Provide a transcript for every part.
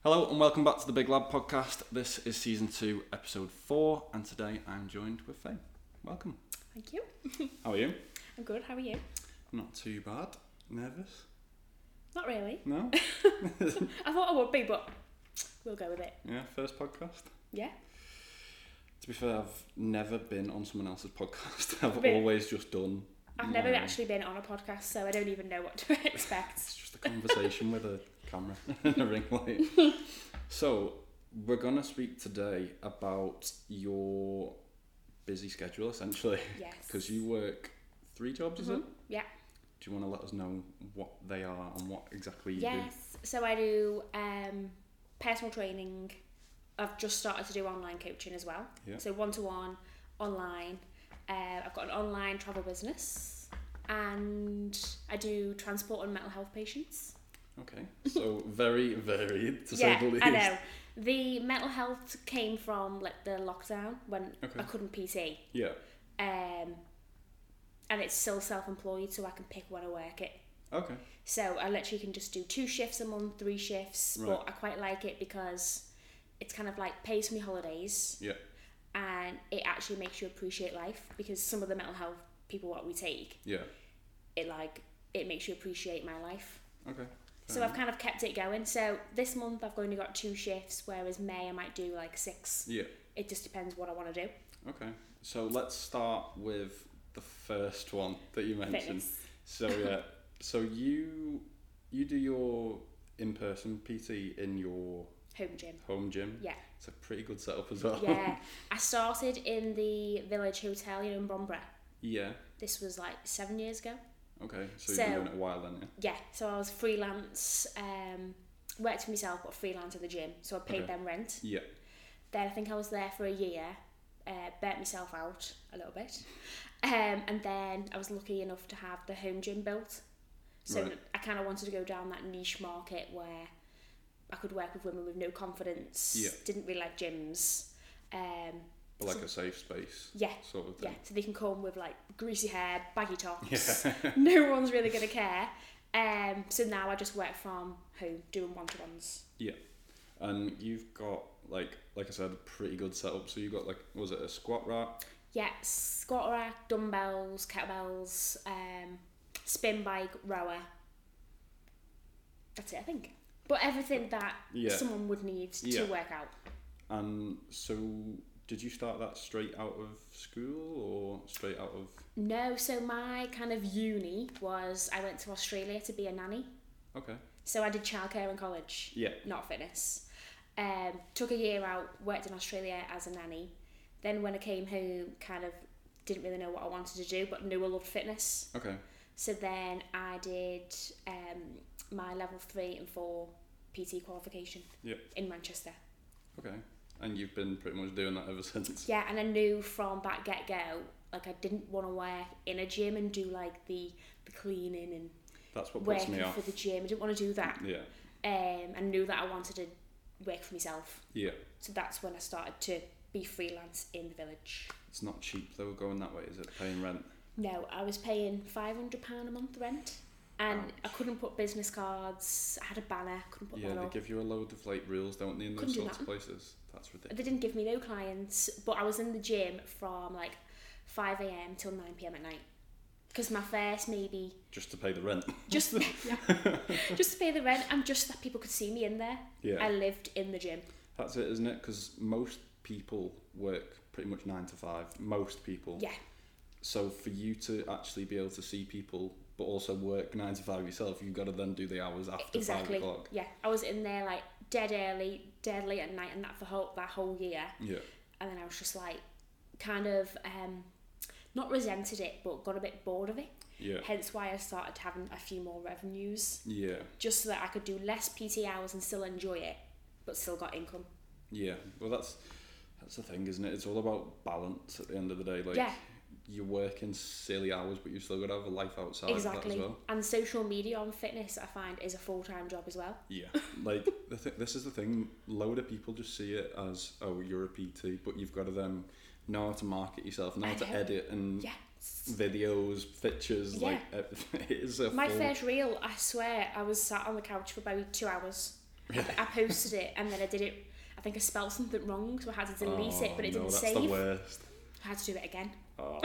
Hello and welcome back to the Big Lab podcast. This is season two, episode four, and today I'm joined with Faye. Welcome. Thank you. How are you? I'm good. How are you? Not too bad. Nervous? Not really. No? I thought I would be, but we'll go with it. Yeah, first podcast. Yeah. To be fair, I've never been on someone else's podcast. I've Really? always just done. I've never mine. actually been on a podcast, so I don't even know what to expect. It's just a conversation with a camera and a ring light. So, we're going to speak today about your busy schedule essentially Yes. because you work three jobs, is it? Mhm. Yeah. Do you want to let us know what they are and what exactly you Yes. So I do um, personal training. I've just started to do online coaching as well. Yeah. So one to one, online. Uh, I've got an online travel business, and I do transport and mental health patients. do? Okay. So very varied to yeah, say the least. I know. The mental health came from like the lockdown when Okay. I couldn't PT, Yeah. um, and it's still self-employed, so I can pick when I work it. Okay. So I literally can just do two shifts a month, three shifts, Right. but I quite like it because it's kind of like pays for my holidays Yeah. and it actually makes you appreciate life because some of the mental health people what we take, Yeah. it like it makes you appreciate my life. Okay. So Fair I've kind of kept it going. So this month I've only got two shifts, whereas May I might do like six. Yeah. It just depends what I want to do. Okay. So let's start with the first one that you mentioned. Fitness. So yeah. so you you do your in person PT in your Home gym. home gym. Yeah. It's a pretty good setup as well. Yeah. I started in the Village Hotel, you know, in Bromborough. Yeah. This was like seven years ago. Okay. So, you've So- been doing it a while then, yeah. Yeah. So I was freelance, um, worked for myself, but freelance at the gym. So I paid Okay. them rent. Yeah. Then I think I was there for a year, uh, burnt myself out a little bit. Um, and then I was lucky enough to have the home gym built. So Right. I kind of wanted to go down that niche market where I could work with women with no confidence, Yeah. didn't really like gyms. Um, But like a safe space yeah, sort of yeah. thing. So they can come with like greasy hair, baggy tops. no one's really going to care. Um, so now I just work from home doing one to ones. Yeah. And you've got like like I said, a pretty good setup. So you've got like was it a squat rack? Yeah, squat rack, dumbbells, kettlebells, um, spin bike, rower. That's it, I think. But everything that Yeah. someone would need to Yeah. work out. And so did you start that straight out of school or straight out of No, so my kind of uni was I went to Australia to be a nanny. Okay. So I did childcare in college, Yeah. not fitness. Um, took a year out, worked in Australia as a nanny. Then when I came home, kind of didn't really know what I wanted to do, but knew I loved fitness. Okay. So then I did um, my level three and four PT qualification Yep. in Manchester. Okay. And you've been pretty much doing that ever since. Yeah, and I knew from that get go, like I didn't want to work in a gym and do like the, the cleaning and That's what puts working me off. for the gym. I didn't want to do that. Yeah. Um, I knew that I wanted to work for myself. Yeah. So that's when I started to be freelance in the village. It's not cheap though going that way, is it? Paying rent. No, I was paying five hundred pound a month rent, and Ouch. I couldn't put business cards. I had a banner, couldn't put Yeah, one they up. give you a load of like rules, don't they, in those Couldn't do sorts that. of places? That's ridiculous. they didn't give me no clients, but I was in the gym from like 5 a.m. till 9 p.m. at night. Because my first maybe Just to pay the rent. just just to pay the rent and just that people could see me in there. Yeah. I lived in the gym. That's it, isn't it? Because most people work pretty much nine to five. Most people. Yeah, So for you to actually be able to see people, but also work nine to five yourself, you've got to then do the hours after E-, exactly. five o'clock. Yeah, I was in there like dead early, dead late at night, and that for whole that whole year. Yeah. And then I was just like, kind of um, not resented it, but got a bit bored of it. Yeah. Hence why I started having a few more revenues. Yeah. just so that I could do less PT hours and still enjoy it, but still got income. Yeah. Well, that's that's the thing, isn't it? It's all about balance at the end of the day. Like Yeah. you're working silly hours, but you've still got to have a life outside of that exactly. as well. And social media on fitness, I find, is a full time job as well. Yeah, like the th- this is the thing. Load of people just see it as oh, you're a PT, but you've got to then know how to market yourself, know how I to know. edit and Yeah. videos, pictures. Yeah. Like everything. it is a My full, first reel, I swear, I was sat on the couch for about two hours Really? I posted it and then I did it. I think I spelled something wrong, so I had to delete Oh, it, but it no, didn't that's save. the worst. I had to do it again. Oh.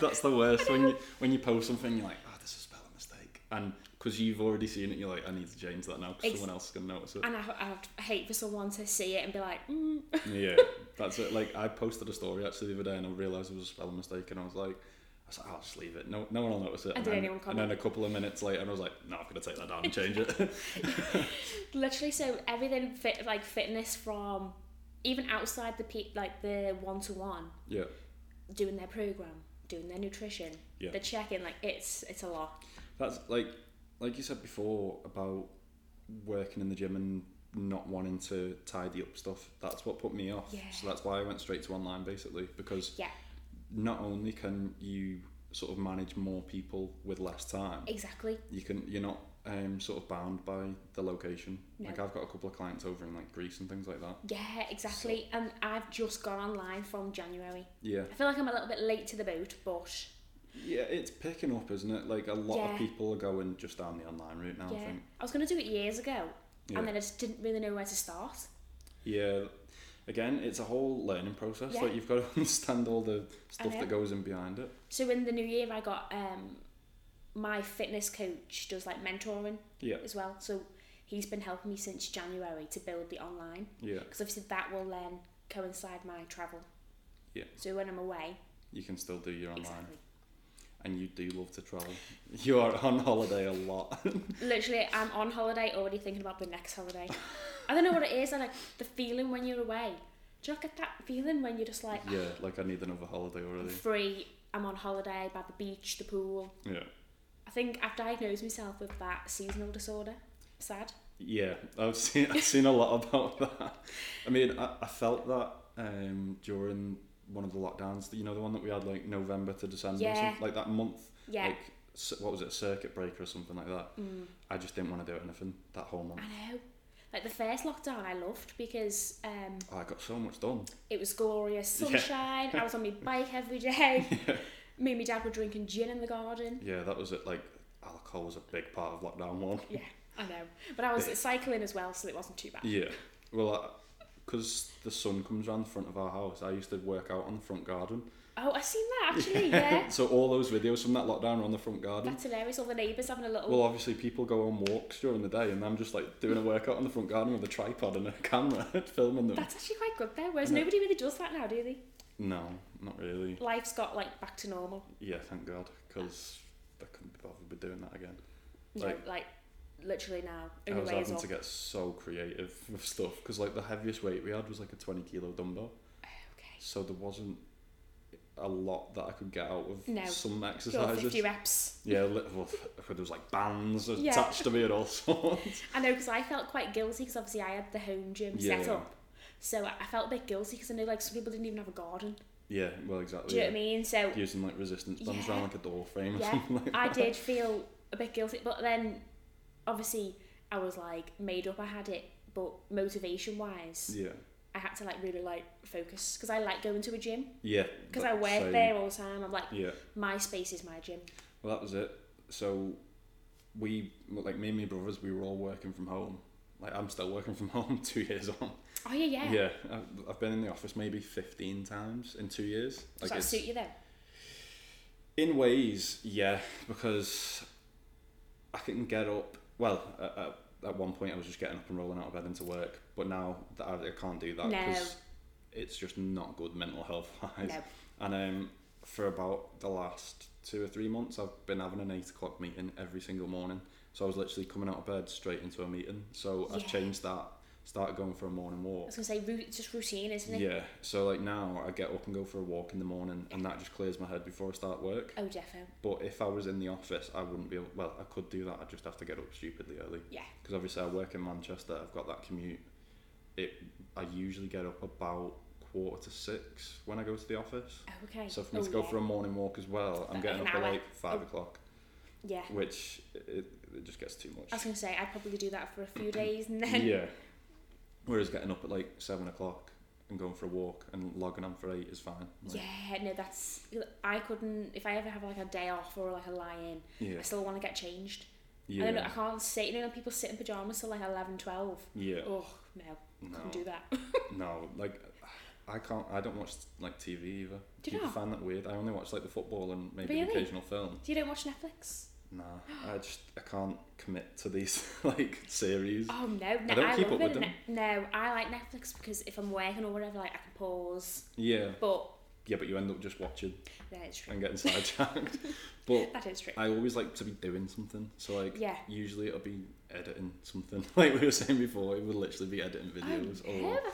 that's the worst when you when you post something, you're like, oh, this is a spelling mistake, and because you've already seen it, you're like, I need to change that now because Ex- someone else can notice it. And I, I hate for someone to see it and be like, mm. yeah, that's it. Like I posted a story actually the other day, and I realised it was a spelling mistake, and I was like. I was like, I'll just leave it. No, no one will notice it. And did then, anyone and comment? then a couple of minutes later, I was like, no, I'm gonna take that down and change it. literally. So everything fit like fitness from even outside the pe- like the one to one yeah, doing their program, doing their nutrition, Yeah. the checking. Like it's it's a lot. that's like, like you said before about working in the gym and not wanting to tidy up stuff. That's what put me off. Yeah. So that's why I went straight to online basically because Yeah, not only can you sort of manage more people with less time, exactly. you can you're not um, sort of bound by the location. No. Like I've got a couple of clients over in like Greece and things like that. Yeah, exactly. And I've just gone online from January. Yeah, I feel like I'm a little bit late to the boat, but yeah, it's picking up, isn't it? Like a lot Yeah. of people are going just down the online route now. yeah, I think. I was gonna do it years ago, Yeah. and then I just didn't really know where to start. yeah. Again, it's a whole learning process. Yeah. Like you've got to understand all the stuff know. that goes in behind it. So in the new year, I got um, my fitness coach does like mentoring Yeah, as well. So he's been helping me since January to build the online yeah. because obviously that will then coincide my travel. Yeah. So when I'm away, You can still do your online, exactly. and you do love to travel. You are on holiday a lot. Literally, I'm on holiday already thinking about the next holiday. I don't know what it is. I like the feeling when you're away. Do you not get that feeling when you're just like "Ah, yeah, like I need another holiday I'm already. free? I'm on holiday by the beach, the pool. Yeah. I think I've diagnosed myself with that seasonal disorder. Sad. Yeah, I've seen I've seen a lot about that. I mean, I, I felt that um, during one of the lockdowns. You know, the one that we had like November to December, or Yeah. something, like that month. Yeah. Like s- what was it, a circuit breaker or something like that? Mm. I just didn't want to do anything that whole month. I know. Like the first lockdown, I loved because um, Oh, I got so much done. it was glorious Yeah. sunshine. I was on my bike every day. Me and my dad were drinking gin in the garden. Yeah, that was it. Like alcohol was a big part of lockdown one. Yeah, I know. But I was cycling as well, so it wasn't too bad. Yeah. Well, because the sun comes round the front of our house, I used to work out on the front garden. Oh, I seen that actually. Yeah, so all those videos from that lockdown are on the front garden. that's hilarious. All the neighbours having a little. Well, obviously, people go on walks during the day, and I'm just like doing a workout on the front garden with a tripod and a camera, filming them. that's actually quite good though. Whereas No. nobody really does that now, do they? No, not really. Life's got like back to normal. Yeah, thank God, because I couldn't be bothered with doing that again. You Like- know, like literally now. I Only was way is having up. to get so creative with stuff because, like, the heaviest weight we had was like a 20 kilo dumbbell, Okay. so there wasn't a lot that I could get out of No. some Sure, fifty exercises. reps. Yeah, li- well, there was like bands Yeah. attached to me and all sorts. I know because I felt quite guilty because obviously I had the home gym set Yeah. up. So I I felt a bit guilty because I know like some people didn't even have a garden. Yeah, well, exactly. Do you Oh, yeah. know what I mean? So Using like resistance bands Yeah. around like a door frame or Yeah, something like that. I did feel a bit guilty, but then obviously I was like made up I had it, but motivation wise, Yeah. I had to like really like focus because I like going to a gym Yeah. because that I work same- there all the time. I'm like, Yeah. my space is my gym. Well, that was it. So we, like me and my brothers, we were all working from home. Like I'm still working from home two years on. Oh, yeah, yeah. I've, I've been in the office maybe 15 times in two years. Does Like that it's, suit you though? in ways, yeah, because I can get up. Well, at, at- at one point I was just getting up and rolling out of bed into work, but now that I, I can't do that No. because it's just not good mental health wise. No. And um, for about the last two or three months, I've been having an eight o'clock meeting every single morning. So I was literally coming out of bed straight into a meeting. So I've Yeah. changed that, started going for a morning I walk. was gonna say ru- it's just routine, isn't it? Yeah, so like now I get up and go for a walk in the morning, and that just clears my head before I start work. Oh, defo. But if I was in the office, I wouldn't be able, well, I could do that. I'd just have to get up stupidly early. Yeah. Because obviously I work in Manchester, I've got that commute. It, I usually get up about quarter to six when I go to the office. Oh, okay. So for me oh, to go yeah. for a morning walk as well, I'm Like getting an up at hour. like five Oh. o'clock, Yeah. which it, it just gets too I was much. gonna say I'd probably do that for a few days and then yeah. Whereas getting up at like seven o'clock and going for a walk and logging on for eight is fine. Like, Yeah, no, that's I couldn't. If I ever have like a day off or like a lie in, Yeah. I still want to get changed. I don't know, Yeah. I can't sit, you know, when people sit in pyjamas till like 11, 12. Yeah. Oh, no, No. couldn't do that. No, like I can't. I don't watch like TV either. Do you People not? find that weird. I only watch like the football and maybe an Really? occasional film. you don't watch Netflix? Nah, I just I can't commit to these like series. Oh, no. no I don't keep love up with it. them. Ne- no, I like Netflix because if I'm working or whatever, like, I can pause. Yeah, But, yeah, but you end up just watching no, it's true. and getting sidetracked. but That is true. I always like to be doing something. So like Yeah. usually it'll be editing something. Like we were saying before, it would literally be editing videos or Oh, yeah.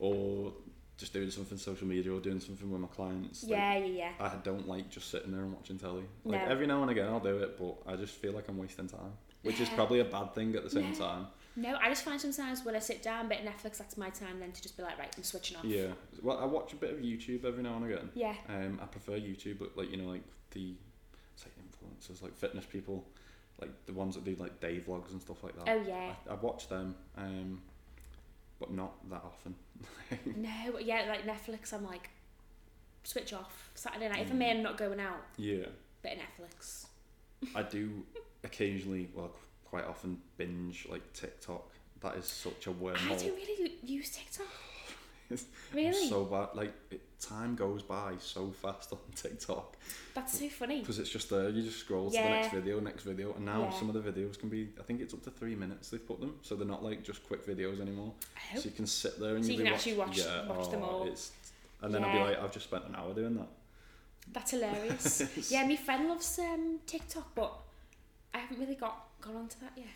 or just doing something social media or doing something with my clients. Like, yeah, yeah, yeah. I don't like just sitting there and watching telly. Like No. every now and again I'll do it, but I just feel like I'm wasting time, which is Yeah. probably a bad thing at the same No. time. No, I just find sometimes when I sit down, but Netflix, that's my time then to just be like, right, I'm switching off. Yeah. Well, I watch a bit of YouTube every now and again. Yeah. Um, I prefer YouTube, but like you know, like the say influencers, like fitness people, like the ones that do like day vlogs and stuff like that. Oh, yeah. I, I watch them, um, but not that often. No, yeah, like Netflix, I'm like, switch off. Saturday night, if Mm. I'm in, not going out, yeah. but Netflix. I do occasionally, well, qu- quite often binge like TikTok. That is such a I wormhole. don't really use TikTok. It's- I'm really? So bad. Like it, time goes by so fast on TikTok That's so funny. because it's just there. You just scroll to the Yeah. next video, next video, and now Yeah. some of the videos can be. I think it's up to three minutes they've put them, so they're not like just quick videos anymore. Oh, So you can sit there and So you'll you be can actually watch- yeah, watch them oh, all. It's, and then I'll Yeah. be like, I've just spent an hour doing that. that's hilarious. yeah, my friend loves um, TikTok, but I haven't really got gone onto that yet.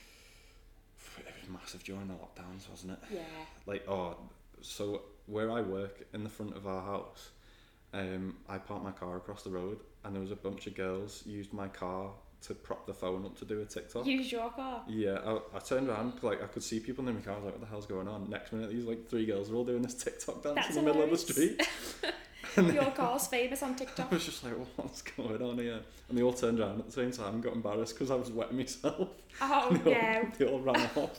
It was massive during the lockdowns, wasn't it? Yeah. like oh so where I work in the front of our house um I parked my car across the road and there was a bunch of girls used my car to prop the phone up to do a TikTok Use your car. yeah I, I turned around 'cause, like I could see people in my car I was like what the hell's going on next minute these like three girls were all doing this TikTok dance That's in the middle of the hilarious. street Your car's famous on I TikTok. was just like what's going on here and they all turned around at the same time and got embarrassed because I was wetting myself Oh they, all, no, they all ran off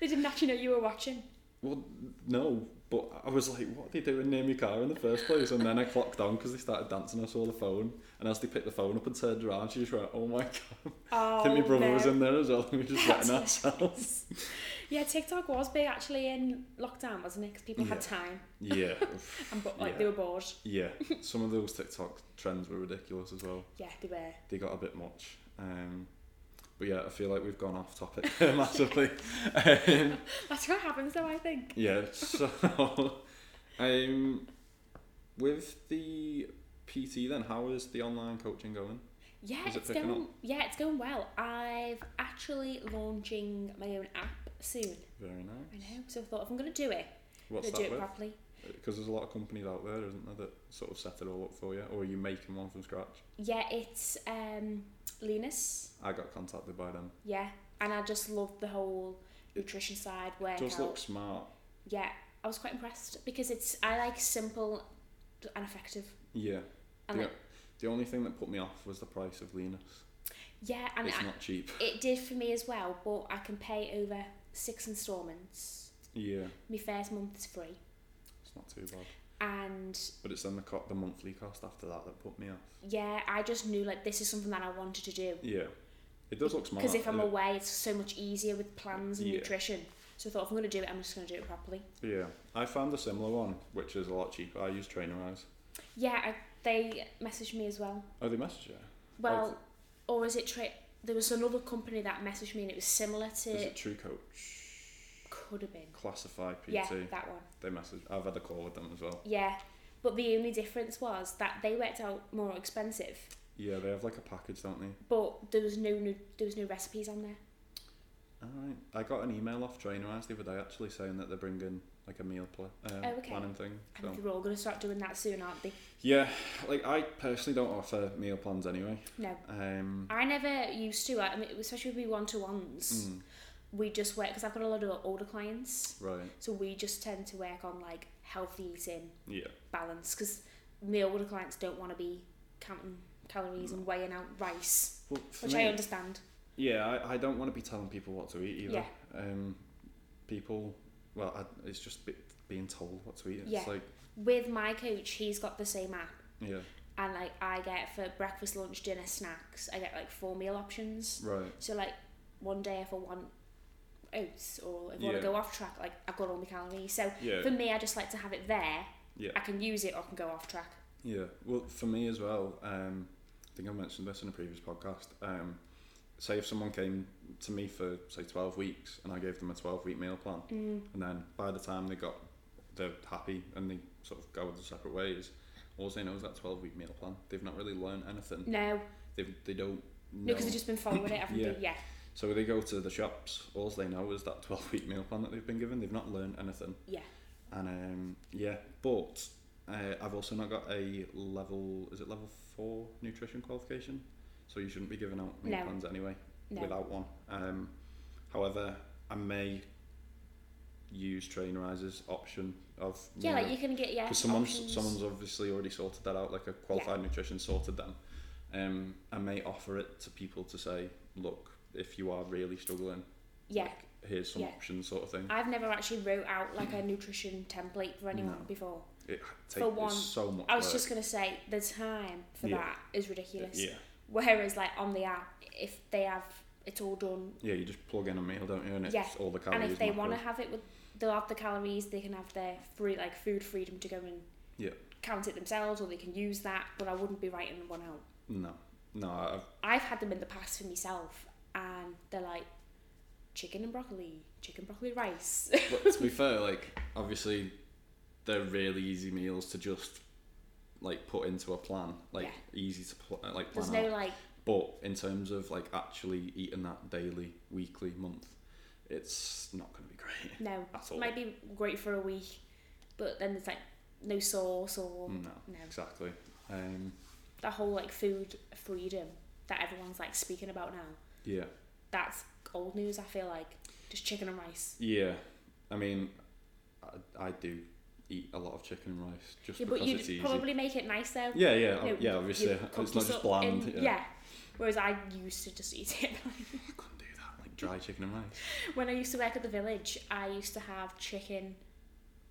they didn't actually know you were watching. Well, no, but I was like, what are they doing near my car in the first place? And then I clocked on because they started dancing. I saw the phone, and as they picked the phone up and turned around, she just went, oh my god. Oh I think my brother no. was in there as well, and we were just That's wetting ourselves. Yeah, TikTok was big actually in lockdown, wasn't it? Because people had Yeah. time Yeah, and but like they Yeah. were bored. yeah. Some of those TikTok trends were ridiculous as well. Yeah, they were. They got a bit much. Um, but yeah, I feel like we've gone off topic massively. um, That's what happens though, I think. Yeah, so um, with the PT then, how is the online coaching going? Yeah, Is it it's picking going. Yeah, it's going well. I've actually launching my own app soon. Very nice. I know. So I thought if I'm gonna do it, I'm What's gonna do that it with? properly. Because there's a lot of companies out there, isn't there, that sort of set it all up for you, or are you making one from scratch? Yeah, it's um, Linus. I got contacted by them. Yeah, and I just love the whole nutrition side It workout. does look smart. Yeah, I was quite impressed because it's I like simple and effective. Yeah. And the, like, the only thing that put me off was the price of Linus. yeah, and it's I, not cheap. it did for me as well. But I can pay over six installments. Yeah, My first month's free, it's not too bad. and But it's then the co- the monthly cost after that that put me off. yeah, I just knew like this is something that I wanted to do. Yeah. It does look smart. Because if I'm it- away, it's so much easier with plans and Yeah. nutrition. So I thought if I'm going to do it, I'm just going to do it properly. Yeah, I found a similar one, which is a lot cheaper. I use Trainer Eyes. Yeah, I, they messaged me as well. Oh, they message you. Well, or is it tra- there was another company that messaged me and it was similar to Is it True Coach? could have been Classify PT. yeah that one They message. I've had a call with them as well. yeah. But the only difference was that they worked out more expensive, Yeah, they have like a package, don't they? but there was no new, there was no recipes on there. All right. I got an email off Trainer Eyes the other day actually saying that they're bringing like a meal pl- um, Oh, okay. planning thing. I So think they're all going to start doing that soon, aren't they? yeah, like I personally don't offer meal plans anyway. No, Um, I never used to. I mean, especially with one to ones, mm, we just work because I've got a lot of older clients. right. So we just tend to work on like healthy eating Yeah. balance because my older clients don't want to be counting calories and weighing out rice, Well, for which me, I understand. Yeah, I, I don't want to be telling people what to eat either. Yeah. Um, people, well, I, it's just be, being told what to eat. It's Yeah. like, With my coach, he's got the same app, yeah, and like I get for breakfast, lunch, dinner, snacks, I get like four meal options. Right. So like one day if I want oats or if I want Yeah. to go off track, like I've got all my calories. So Yeah. for me, I just like to have it there. Yeah. I can use it or I can go off track. Yeah. Well, for me as well, um, I think I mentioned this in a previous podcast. Um, say if someone came to me for say twelve weeks, and I gave them a twelve week meal plan, Mm. and then by the time they got, they're happy and they sort of go their separate ways. All they know is that twelve week meal plan. They've not really learned anything. No, They they don't. no, Know. because I've just been following it. Haven't Yeah. They? yeah, So they go to the shops. All they know is that twelve week meal plan that they've been given. They've not learned anything. yeah. And um, yeah, but uh, I've also not got a level. Is it level four nutrition qualification? So you shouldn't be giving out meal No. plans anyway No. without one. Um, however, I may use train rises option of yeah, like you can get yeah. because someone's options. someone's obviously already sorted that out. Like a qualified nutrition sorted them. Um, I may offer it to people to say, look, if you are really struggling, yeah. here's some Yeah. options, sort of thing. I've never actually wrote out like a nutrition template for anyone No. before. It For takes one, so much. I was work. just gonna say the time for Yeah. that is ridiculous. yeah. Whereas like on the app, if they have it's all done Yeah, you just plug in a meal, don't you? And it's Yeah, all the calories. and if they macros. want to have it with they'll have the calories they can have their free like food freedom to go and Yeah. count it themselves or they can use that but i wouldn't be writing one out No, no, I've, i've had them in the past for myself and they're like chicken and broccoli chicken broccoli rice but to be fair, like obviously, they're really easy meals to just like put into a plan, like Yeah. easy to pl- like plan there's out. no like But in terms of like actually eating that daily, weekly, month, it's not going to be great. no At all. might be great for a week but then there's like no sauce or No, no exactly. Um, that whole like food freedom that everyone's like speaking about now yeah, that's old news i feel like just chicken and rice yeah. I mean, I, I do eat a lot of chicken and rice just yeah, but because it's you'd easy. probably make it nice though Yeah, yeah, you know, yeah. you Obviously, cook it's not just yourself bland. in- yeah. Whereas I used to just eat it. I couldn't do that. Like dry chicken and rice. when I used to work at the village, I used to have chicken,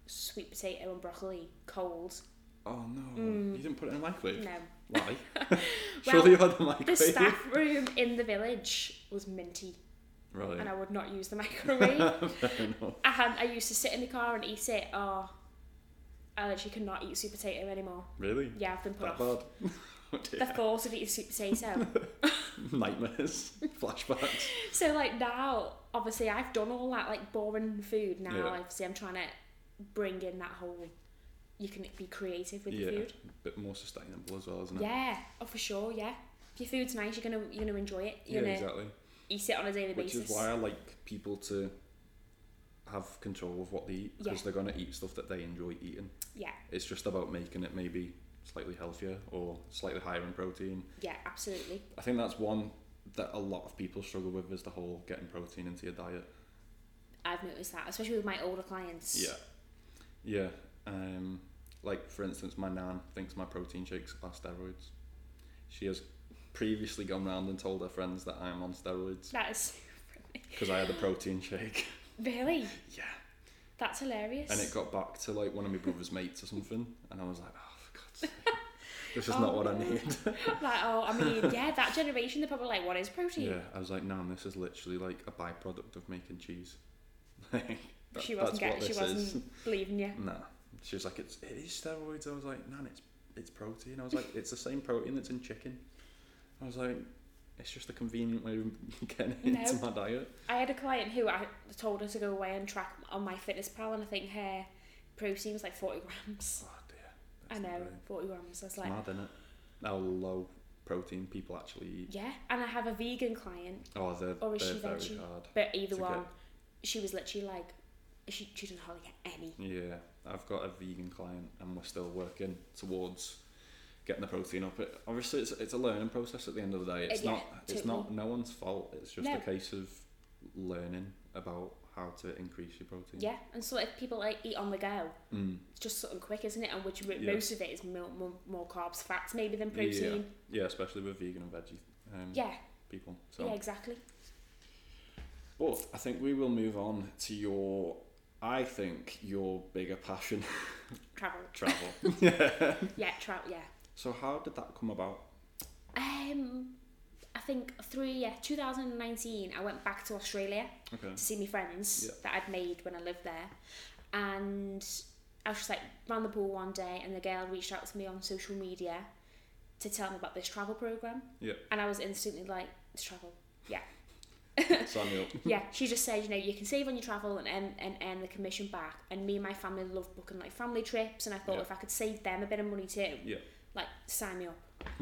sweet potato, and broccoli cold. Oh no! Mm. You didn't put it in the microwave. No, Why? Surely you had the the microwave. staff room in the village was minty, Right. and I would not use the microwave. Fair enough. I had, I used to sit in the car and eat it. Or I literally could not eat sweet potato anymore. Really? Yeah, I've been put That off. bad? Oh, dear. The thought of eating sweet potato. Nightmares, flashbacks. So like now, obviously I've done all that like boring food. Now Yeah. obviously I'm trying to bring in that whole. You can be creative with yeah, the food. bit more sustainable as well, isn't it? Yeah, oh for sure. Yeah, if your food's nice, you're gonna you're gonna enjoy it. Yeah, You're gonna exactly. eat it on a daily Which basis. is why I like people to have control of what they eat because Yeah. they're gonna eat stuff that they enjoy eating. yeah, It's just about making it maybe slightly healthier or slightly higher in protein. yeah, absolutely. I think that's one that a lot of people struggle with is the whole getting protein into your diet. I've noticed that, especially with my older clients. Yeah. Yeah. Um, like, for instance, my nan thinks my protein shakes are steroids. She has previously gone round and told her friends that I'm on steroids That is because I had a protein shake. really yeah. that's hilarious. And it got back to like one of my brother's mates or something, and I was like, oh, for God's sake. This is not Oh, what I no. need. like oh, I mean yeah, that generation they're probably like, what is protein? yeah. I was like, Nan, this is literally like a byproduct of making cheese. Like, that- she wasn't that's getting, what she this wasn't is. believing you. Nah. She was like, it's it is steroids. I was like, Nan, it's it's protein. I was like, it's the same protein that's in chicken. I was like, it's just a convenient way of getting it No. into my diet. I had a client who I told her to go away and track on my fitness pal, and I think her protein was like 40 grams. Oh dear. I That's not know, great. 40 grams. I was It's like, mad, innit? How low protein people actually eat. yeah. And I have a vegan client, Oh, they're, Or is they're she very veggie? hard. but either It's okay. one, she was literally like, she, she doesn't hardly get any. Yeah, I've got a vegan client and we're still working towards getting the protein up. It, obviously, it's, it's a learning process at the end of the day. It's yeah, not it's not totally. no one's fault. It's just No. a case of learning about how to increase your protein. Yeah, and so if people like eat on the go, Mm. it's just something quick, isn't it? And which mo- Yeah. most of it is more, more, more carbs, fats maybe than Yeah. protein. Yeah, especially with vegan and veggie um, Yeah, people. yeah, So, exactly. but I think we will move on to your. I think your bigger passion, Travel. travel. Yeah, travel. Yeah, So how did that come about? Um, I think through yeah 2019, I went back to Australia Okay. to see my friends Yeah. that I'd made when I lived there, and I was just like round the pool one day, and the girl reached out to me on social media to tell me about this travel program, Yeah. and I was instantly like, "It's travel, yeah, Sign me up. yeah." She just said, "You know, you can save on your travel and earn, and earn the commission back." And me and my family love booking like family trips, and I thought Yeah. if I could save them a bit of money too, Yeah. like sign me up.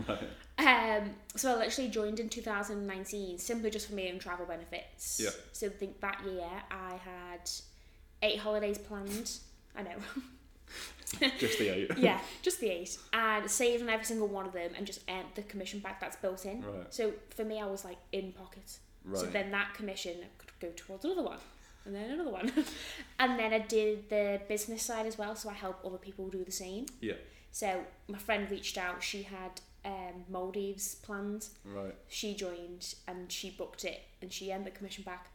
Right. Um, so I literally joined in 2019 simply just for my own travel benefits. Yeah. So I think that year I had eight holidays planned. I know. Just the eight. yeah, just the eight. And saved on every single one of them and just earned the commission back that's built in. Right. So for me, I was like in pocket. So Right. then that commission could go towards another one. And then another one. and then I did the business side as well. So I help other people do the same. Yeah. So my friend reached out. She had um, Maldives planned. Right. she joined and she booked it and she earned the commission back.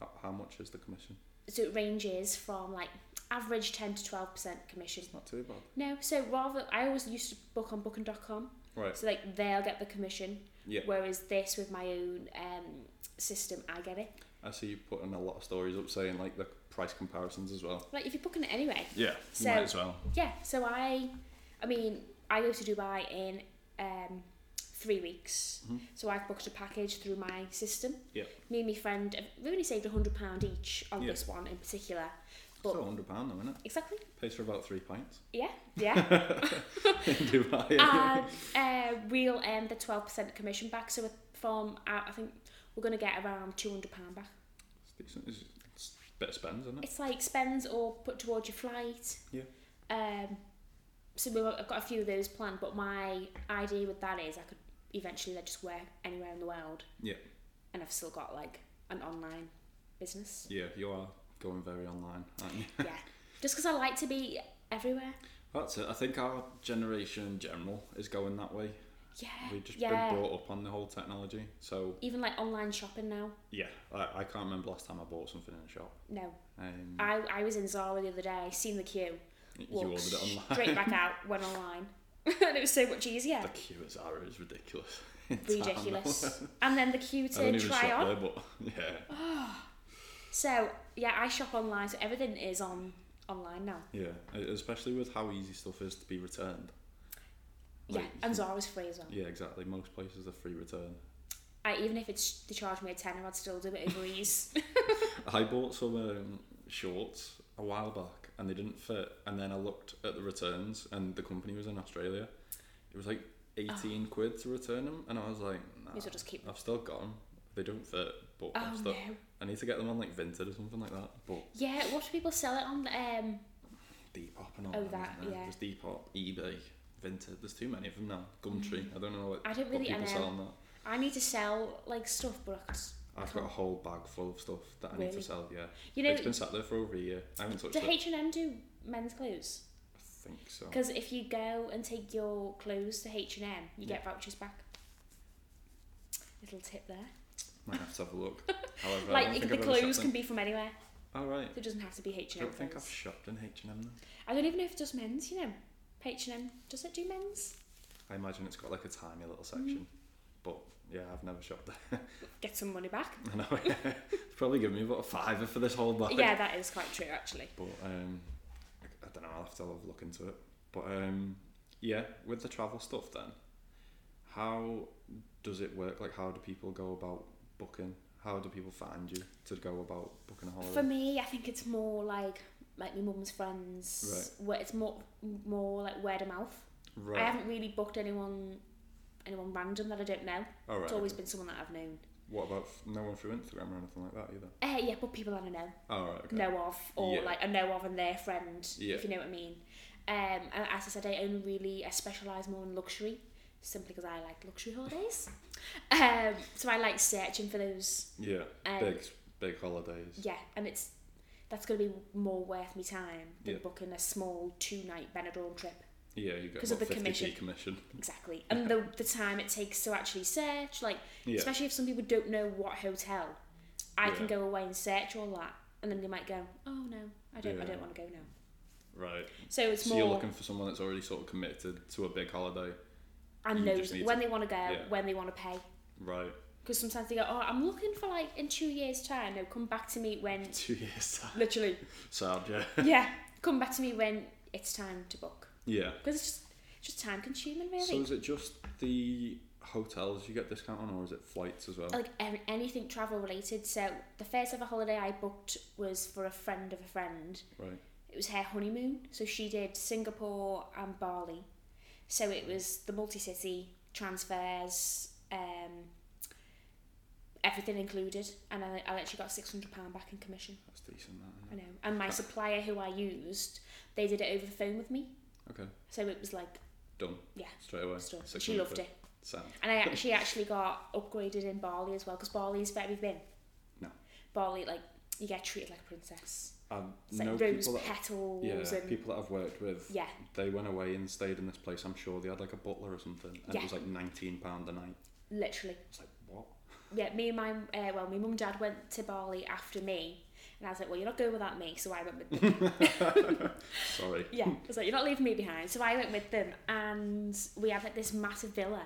How, how much is the commission? So it ranges from like average 10 to 12% commission. Not too bad. No, so rather, I always used to book on booking.com. Right. So like they'll get the commission, Yeah. whereas this with my own um, system, I get it. I see you putting a lot of stories up saying like the price comparisons as well. Like if you're booking it anyway. Yeah. You So- might as well. Yeah, so I, I mean, I go to Dubai in um, three weeks. Mhm. So I've booked a package through my system. Yeah. Me and my friend have really saved £100 each on Yeah. this one in particular. But So hundred pound though, innit? Exactly. Pays for about three pints. Yeah. Yeah. in Dubai. and uh, we'll earn the twelve percent commission back. So with- from uh, I think we're gonna get around two hundred pound back. It's decent. It's, it's a bit of spends, isn't it? It's like spends or put towards your flight. Yeah. Um. So we've I've got a few of those planned, but my idea with that is I could eventually like, just work anywhere in the world, Yeah. and I've still got like an online business. Yeah. You are going very online, aren't you? yeah. Just because I like to be everywhere. That's it. I think our generation in general is going that way. Yeah. We've just yeah. been brought up on the whole technology. So Even like online shopping now. yeah, I, I can't remember last time I bought something in a shop. No, Um, I, I was in Zara the other day, seen the queue, you walked ordered it online. straight back out, went online. and it was so much easier. The queue at Zara is ridiculous. It's Ridiculous. unreal. and then the queue I don't to even try shop on. there, but yeah, So, yeah, I shop online, so everything is on online now. yeah. Especially with how easy stuff is to be returned. Yeah, Like, and Zara's free as well. Yeah, exactly. Most places are free return. I, even if it's they charge me a tenner, I'd still do it over ease. I bought some um, shorts a while back and they didn't fit. And then I looked at the returns and the company was in Australia. It was like 18 quid to return them. And I was like, nah, Might as well Oh. just keep them. I've still got them. They don't fit, but Oh, I'm still, no. I need to get them on like Vinted or something like that. But Yeah, what do people sell it on? Um, Depop and all Oh, them, that, isn't there? yeah. There's Depop, eBay, Vinted. There's too many of them now. Gumtree. I don't know what, Mm. I don't what really- I people know. sell on that. I need to sell, like, stuff, but I just- I've got a whole bag full of stuff that I need Really? to sell, yeah. You know, it's been sat there for over a year. I haven't touched do it. Oh. H&M do men's clothes? I think so. Because if you go and take your clothes to H and M, you get vouchers back. Little tip there. Might have to have a look. However, I don't like think the I've ever clothes shopped can in- be from anywhere. Oh, right. So it doesn't have to be H I and M. don't think I've shopped in H and M. I don't even know if it does men's. You know, H and M does it do men's? I imagine it's got like a tiny Mm-hmm. little section, but yeah, I've never shopped there. Get some money back. I know. it's probably given me about a fiver for this whole bag. Yeah, that is quite true actually. But um, I, I don't know. I'll have to have a look into it. But um, yeah, with the travel stuff, then, how does it work? Like, how do people go about booking? How do people find you to go about booking a holiday? For me, I think it's more like like my mum's friends. Where it's more more like word of mouth. right. I haven't really booked anyone anyone random that I don't know. All right. It's always been someone that I've known. What about f- no one through Instagram or anything like that either? Uh, yeah, but people that I know. All right. Okay. know of or Yeah. like I know of and their friend Yeah. if you know what I mean um and as I said I only really I specialise more in luxury simply because I like luxury holidays um so I like searching for those Yeah. um, big big holidays. yeah and it's that's going to be more worth me time than Yeah. booking a small two night Benidorm trip Yeah, you get 'Cause of about the 50p commission. commission. exactly and the, the time it takes to actually search like Yeah. especially if some people don't know what hotel I can Yeah. go away and search all that and then they might go oh no I don't I Yeah. don't want to go now Right. So it's So more. you're looking for someone that's already sort of committed to a big holiday. and you knows just need when they want to go, yeah. when they want to pay. Right. Because sometimes they go, oh, I'm looking for like in two years' time. No, come back to me when. Two years time. Literally. Sad, yeah. yeah, come back to me when it's time to book. Yeah. Because it's just, it's just time consuming, really. So is it just the hotels you get discount on, or is it flights as well? like ev- anything travel related. So the first ever holiday I booked was for a friend of a friend. Right. It was her honeymoon, so she did Singapore and Bali. So it was the multi-city transfers, um, everything included, and I, I actually got six hundred pound back in commission. That's decent, that, I isn't know, and my supplier who I used, they did it over the phone with me. it? Okay. So it was like Done. uh, Yeah. Straight away. stuff. Six She hundred loved quid. it, Sound. and I actually actually got upgraded in Bali as well because Bali's where we've been. No. Bali like you get treated like a princess. I It's like know rose people that petals yeah, and people that I've worked with, yeah, they went away and stayed in this place. I'm sure they had like a butler or something, and Yeah. it was like nineteen pound a night. literally. It's like what? Yeah, me and my uh, well, my mum and dad went to Bali after me, and I was like, well, you're not going without me, so I went with them. Sorry. yeah, I was like, you're not leaving me behind, so I went with them, and we had like this massive villa,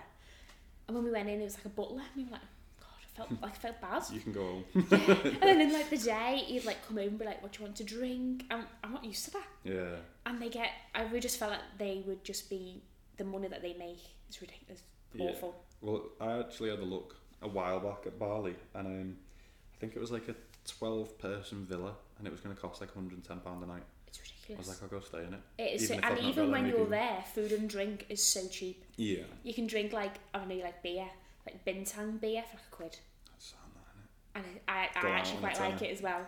and when we went in, it was like a butler. And we were like, God, I felt like I felt bad. You can go home. and then in like the day, he'd like come home and be like, what do you want to drink? I'm, I'm not used to that. yeah. And they get, I really just felt like they would just be the money that they make. It's ridiculous, Yeah. awful. Well, I actually had a look a while back at Bali, and um, I think it was like a twelve-person villa, and it was going to cost like hundred and ten pound a night. It's I was ridiculous. like, I'll go stay in it. It is Even if so, I've and not even got when any you're people. there, food and drink is so cheap. Yeah. You can drink like I don't know, like beer, like bintang beer for like a quid, That's sound that, innit? and I, I, Go I out actually on a quite like tenner. it as well.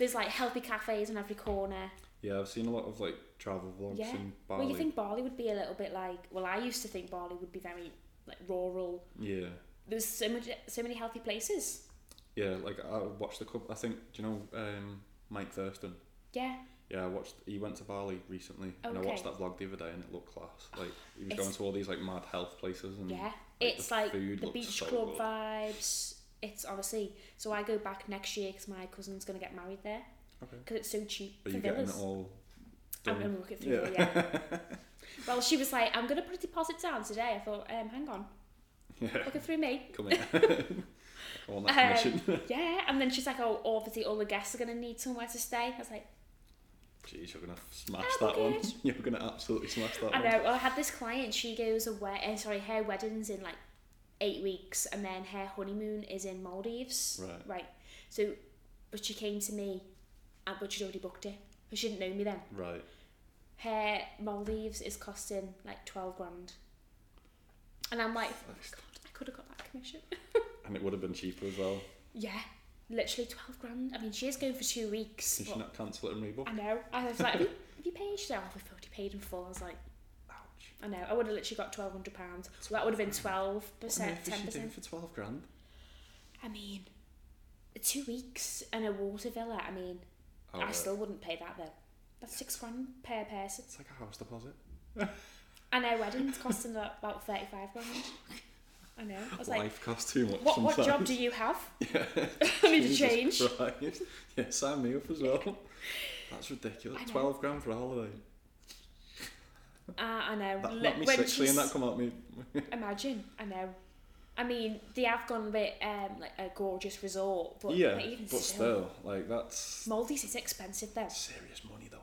There's like healthy cafes on every corner. Yeah, I've seen a lot of like travel vlogs Yeah. in Bali. Well, you think Bali would be a little bit like? Well, I used to think Bali would be very like rural. Yeah. There's so much, so many healthy places. Yeah, like I watched the couple. I think do you know um, Mike Thurston? Yeah, Yeah, I watched. He went to Bali recently, and I Okay. watched that vlog the other day, and it looked class. Like he was It's- going to all these like mad health places, and yeah. Mm. the it's like food the looks beach so club good. vibes. It's honestly so I go back next year because my cousin's gonna get married there okay. because it's so cheap Are for you getting villas. it all I'm done? gonna look it through. Yeah. well, she was like, "I'm gonna put a deposit down today." I thought, um, "Hang on, yeah, look it through me." come here. I want that Um, commission. yeah, and then she's like, "Oh, obviously all the guests are gonna need somewhere to stay." I was like, Jeez, you're gonna smash I'm that one. good. You're gonna absolutely smash that Oh "I one. know." Well, I had this client. She goes away. Uh, sorry, her wedding's in like eight weeks, and then her honeymoon is in Maldives. Right. Right. So, but she came to me, and but she'd already booked it. But she didn't know me then. Right. Her Maldives is costing like twelve grand, and I'm like, "Oh my Christ. God, I could have got that commission." And it would have been cheaper as well. Yeah, literally 12 grand. I mean, she is going for two weeks. Did she but- not cancel it and rebook? I know. I was like, have you, have you paid? She's like, oh, we've already paid in full. I was like, Ouch. I know. I would have literally got £1,200. pounds. So that would have been 12%, What on earth is she doing 10%. for twelve grand? I mean, two weeks and a water villa. I mean, Oh, I right. still wouldn't pay that though. That's six grand per person. It's like a house deposit. And our wedding's costing about about 35 grand. I know. I was like, Life costs too much. what, sometimes. what job do you have? Yeah. I need to Jesus change. Christ. Yeah, sign me up as well. That's ridiculous. I know. Twelve grand for a holiday. Uh, I know. That, Li- that me when sixty, and she's- that come out me. Imagine, I know. I mean, they have gone a bit um, like a gorgeous resort, but yeah, but even but still, still, like that's Maldives is expensive though. serious money though.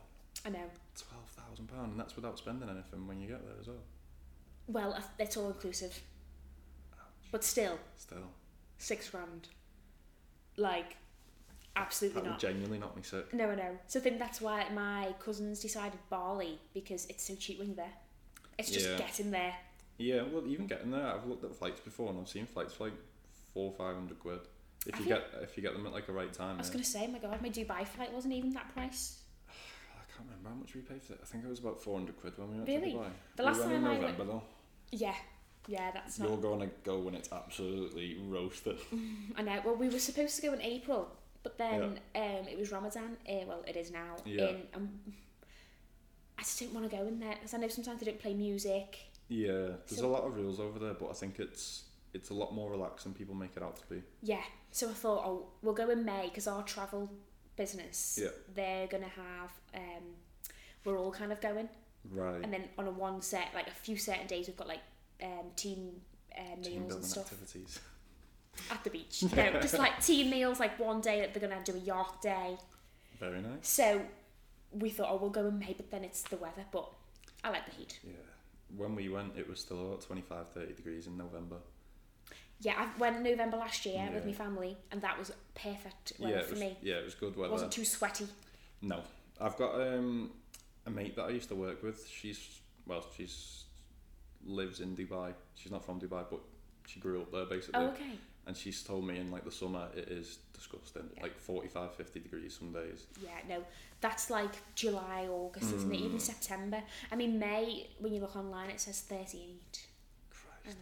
I know. Twelve thousand pound, and that's without spending anything when you get there as well. Well, I- it's all inclusive, but still, Still, six grand. Like, absolutely that would not. genuinely knock me sick. No, I know. So I think that's why my cousins decided Bali because it's so cheap when you're there. It's just Yeah. getting there. Yeah, well, even getting there, I've looked at flights before, and I've seen flights for like four, five hundred quid. If I you think- get if you get them at like a right time, I was yeah. gonna say, oh my God, my Dubai flight wasn't even that price. I can't remember how much we paid for it. I think it was about four hundred quid when we went Really? to Dubai. The we last went time in I November though. Yeah, yeah, that's not. You're gonna go when it's absolutely roasted. I know. uh, Well, we were supposed to go in April, but then um, it was Ramadan. Uh, well, it is now. Yeah. In, um, I just didn't want to go in there because I know sometimes they don't play music. Yeah, there's So- a lot of rules over there, but I think it's it's a lot more relaxed than people make it out to be. Yeah. So I thought, oh, we'll go in May because our travel business, Yeah. they're gonna have um, we're all kind of going. Right. And then on a one set, like a few certain days, we've got like um, team uh, Team meals and building stuff activities. at the beach. no, just like team meals. Like one day that they're gonna do a yacht day. Very nice. So we thought, oh, we'll go in May, but then it's the weather. But I like the heat. Yeah. When we went, it was still about 25, 30 degrees in November. Yeah, I went in November last year with Yeah. my family, and that was perfect weather yeah, it for was, me. yeah, it was good It weather. wasn't too sweaty. No, I've got um, a mate that I used to work with. She's well, she's lives in Dubai. She's not from Dubai, but she grew up there basically. Oh, okay. And she's told me in like the summer it is disgusting, Yeah. like 45, 50 degrees some days. Yeah, no, that's like July, August, isn't it? Even Mm. September. I mean, May, when you look online, it says 38. I know. Christ.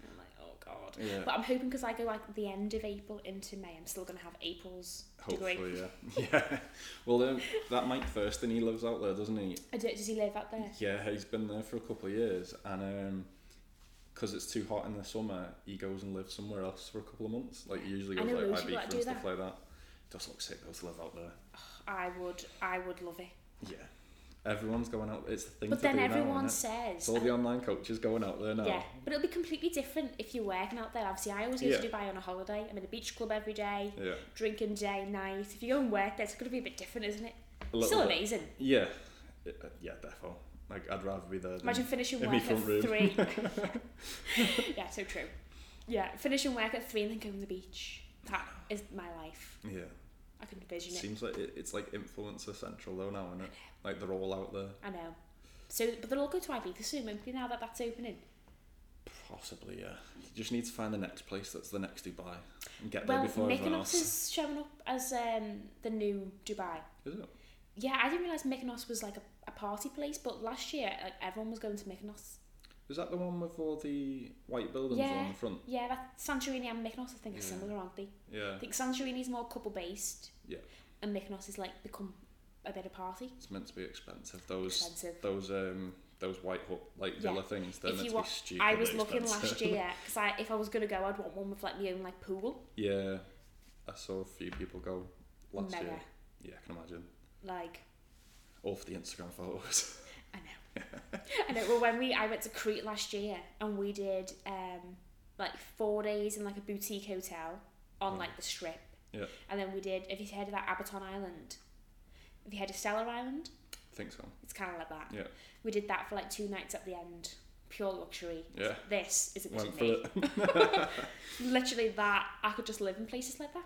And I'm like, oh, God. Yeah. But I'm hoping because I go like the end of April into May, I'm still going to have April's degree. Hopefully, yeah, yeah. Well, um, that Mike Thurston, he lives out there, doesn't he? I don't, does he live out there? Yeah, he's been there for a couple of years, and because it's too hot in the summer, he goes and lives somewhere else for a couple of months. Like he usually I goes know like loads of people Ibiza that and do stuff that. like that. Does look sick though to live out there. I would, I would love it. Yeah, everyone's going out. It's the thing. But to then do everyone now, innit? says, it's all the online coaches going out there now. Yeah, but it'll be completely different if you're working out there. Obviously, I always go to Dubai on a holiday. I'm in a beach club every day, Yeah, drinking day, night. If you go and work there, it's going to be a bit different, isn't it? a little Still bit. Mm. amazing. Yeah, It- uh, yeah, defo. Like I'd rather be there. Than, Imagine finishing In work my at front room. three. yeah, so true. Yeah, finishing work at three and then going to the beach. That is my life. yeah, I can envision it. seems like it, it's like influencer central though now, isn't it? Like they're all out there. I know. So, but they'll all go to Ibiza soon, won't they, now that that's opening? Possibly, yeah. You just need to find the next place that's the next Dubai and get there well, before everyone Mykonos else. is showing up as um, the new Dubai. Is it? Yeah, I didn't realise Mykonos was like a, a party place, but last year like everyone was going to Mykonos. Is that the one with all the white buildings on Yeah. the front? Yeah, that Santorini and Mykonos I think are Yeah. similar, aren't they? Yeah. I think Santorini's more couple based. Yeah. And Mykonos is like become a bit of party. It's meant to be expensive. Those Expensive. those um those white hut like Yeah. villa things. They're If meant you to be want- stupid. I was looking last expensive. year because I, if I was gonna go, I'd want one with like my own like pool. yeah. I saw a few people go last Mega. year. Yeah, I can imagine. Like All for the Instagram photos. I know. I know. Well, when we I went to Crete last year and we did um like four days in like a boutique hotel on Mm. like the Strip. Yeah. And then we did. Have you heard of that Abaton Island? Have you heard of Stellar Island? think so. It's kind of like that. Yeah. We did that for like two nights at the end. Pure luxury. Yeah. This is a bit Went of for me. it. Literally that. I could just live in places like that.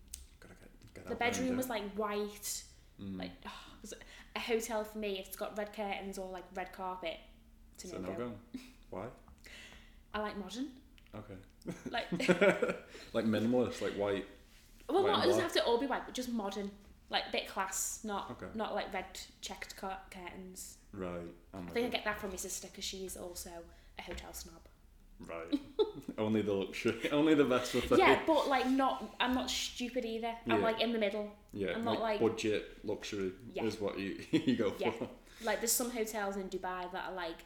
Gotta get, get the out there and do bedroom was it. like white. Mm. like oh, it was a hotel for me if it's got red curtains or like red carpet to so no no go. go. Why? I like modern Okay. like like minimalist, like white. well White not, and it doesn't black. have to all be white but just modern like bit class not Okay. not like red checked cur- curtains Right. Oh I'm I with think I you. get that from my sister because she's also a hotel snob Right. only the luxury. Only the best with the yeah but like not I'm not stupid either I'm Yeah. like in the middle yeah. I'm not like- budget luxury Yeah. is what you you go Yeah. for. like there's some hotels in Dubai that are like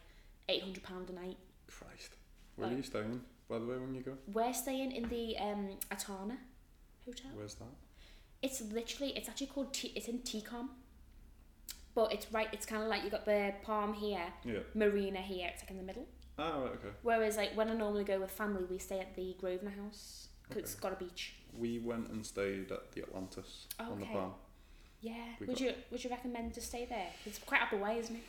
800 pound a night Christ. Where are Like- you staying? By the way, when you go, we're staying in the um Atana hotel where's that? It's literally it's actually called T- it's in TCOM. But it's right it's kinda like you got the palm here, Yeah. marina here, it's like in the middle. Ah, right. Okay. Whereas like when I normally go with family we stay at the Grosvenor house. 'cause it's got a beach. We went and stayed at the Atlantis on the Okay. farm. Yeah. We would got- you would you recommend to stay there? It's quite up away, isn't it?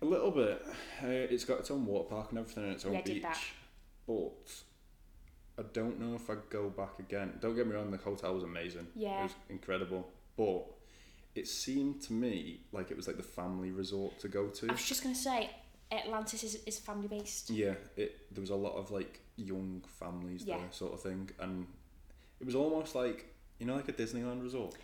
A little bit. Uh, it's got its own water park and everything, and its own Yeah, I beach. did that. But I don't know if I go back again. Don't get me wrong. The hotel was amazing. It Yeah. was incredible. But it seemed to me like it was like the family resort to go to. I was just gonna say Atlantis is, is family based. Yeah, it there was a lot of like young families Yeah. there, sort of thing, and it was almost like you know, like a Disneyland resort,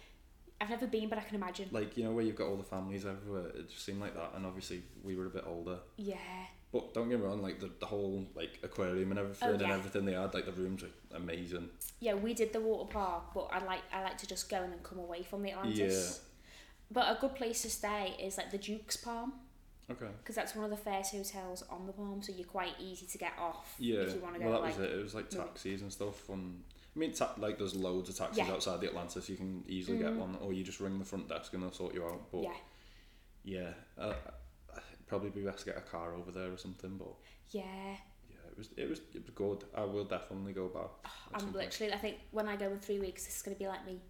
I've never been but I can imagine. like you know where you've got all the families everywhere. It just seemed like that, and obviously we were a bit older. Yeah. But don't get me wrong, like the, the whole like aquarium and everything, and Oh, yeah. everything they had, like the rooms were amazing. Yeah, we did the water park, but I like I like to just go and then come away from the Atlantis. But a good place to stay is like the Duke's Palm. Okay. because that's one of the first hotels on the palm, so you're quite easy to get off Yeah. if you want to go. well, that like, mm. was it. It was like moving. taxis and stuff, and I mean, ta- like there's loads of taxis Yeah. Mm. outside the Atlantis. You can easily get one, or you just ring the front desk and they'll sort you out. But yeah, yeah, uh, it'd probably be best to get a car over there or something. But Yeah. yeah, it was it was it was good. I will definitely go Oh, back. at some I'm point. literally, I think when I go in three weeks, this is going to be like me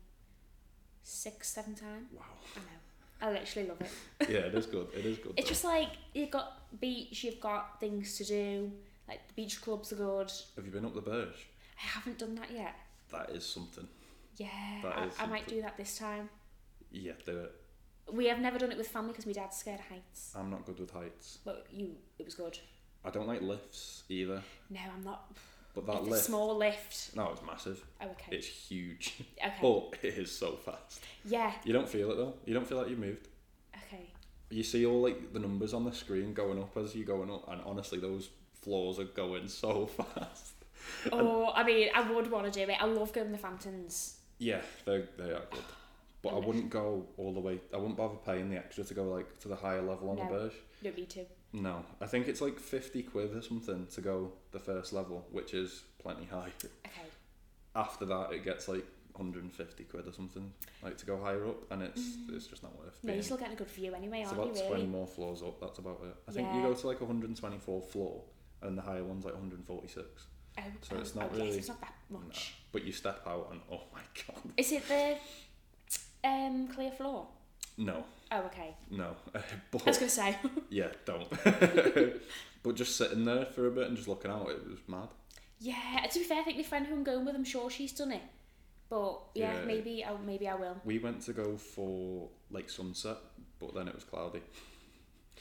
six, seven time. Wow. I know. I literally love it. Yeah, it is good. It is good. It's though. just like you've got beach, you've got things to do. Like the beach clubs are good. Have you been up the Burj? I haven't done that yet. That is something. Yeah, That I, is I might something. do that this time. Yeah, do it. We have never done it with family because my dad's scared of heights. I'm not good with heights. But you, it was good. I don't like lifts either. No, I'm not. But that it's lift, a small lift. no, it's massive. Oh, okay. It's huge, okay. but it is so fast. yeah. You don't feel it though. You don't feel like you moved. Okay. You see all like the numbers on the screen going up as you're going up, and honestly, those floors are going so fast. Oh, I mean, I would want to do it. I love going to the fountains. Yeah, they they are good, but I wouldn't go all the way. I wouldn't bother paying the extra to go like to the higher level on No. the Burj. Don't need to. No, I think it's like fifty quid or something to go the first level, which is plenty high. Okay. After that, it gets like hundred and fifty quid or something, like to go higher up, and it's it's just not worth. Mm-hmm. No, being. you're still getting a good view anyway, It's aren't about you? Really? 20 more floors up, that's about it. I think you Yeah. go to like 124 floor and the higher one's like 146. Oh, So oh, it's not oh, yes, really- it's not that No. much. But you step out and oh my god. Is it the um clear floor? No, Oh, okay. no. I was but gonna say. yeah, don't. but just sitting there for a bit and just looking out, it was mad. yeah. To be fair, I think my friend who I'm going with, I'm sure she's done it. But yeah, Yeah. maybe I maybe I will. We went to go for like sunset, but then it was cloudy.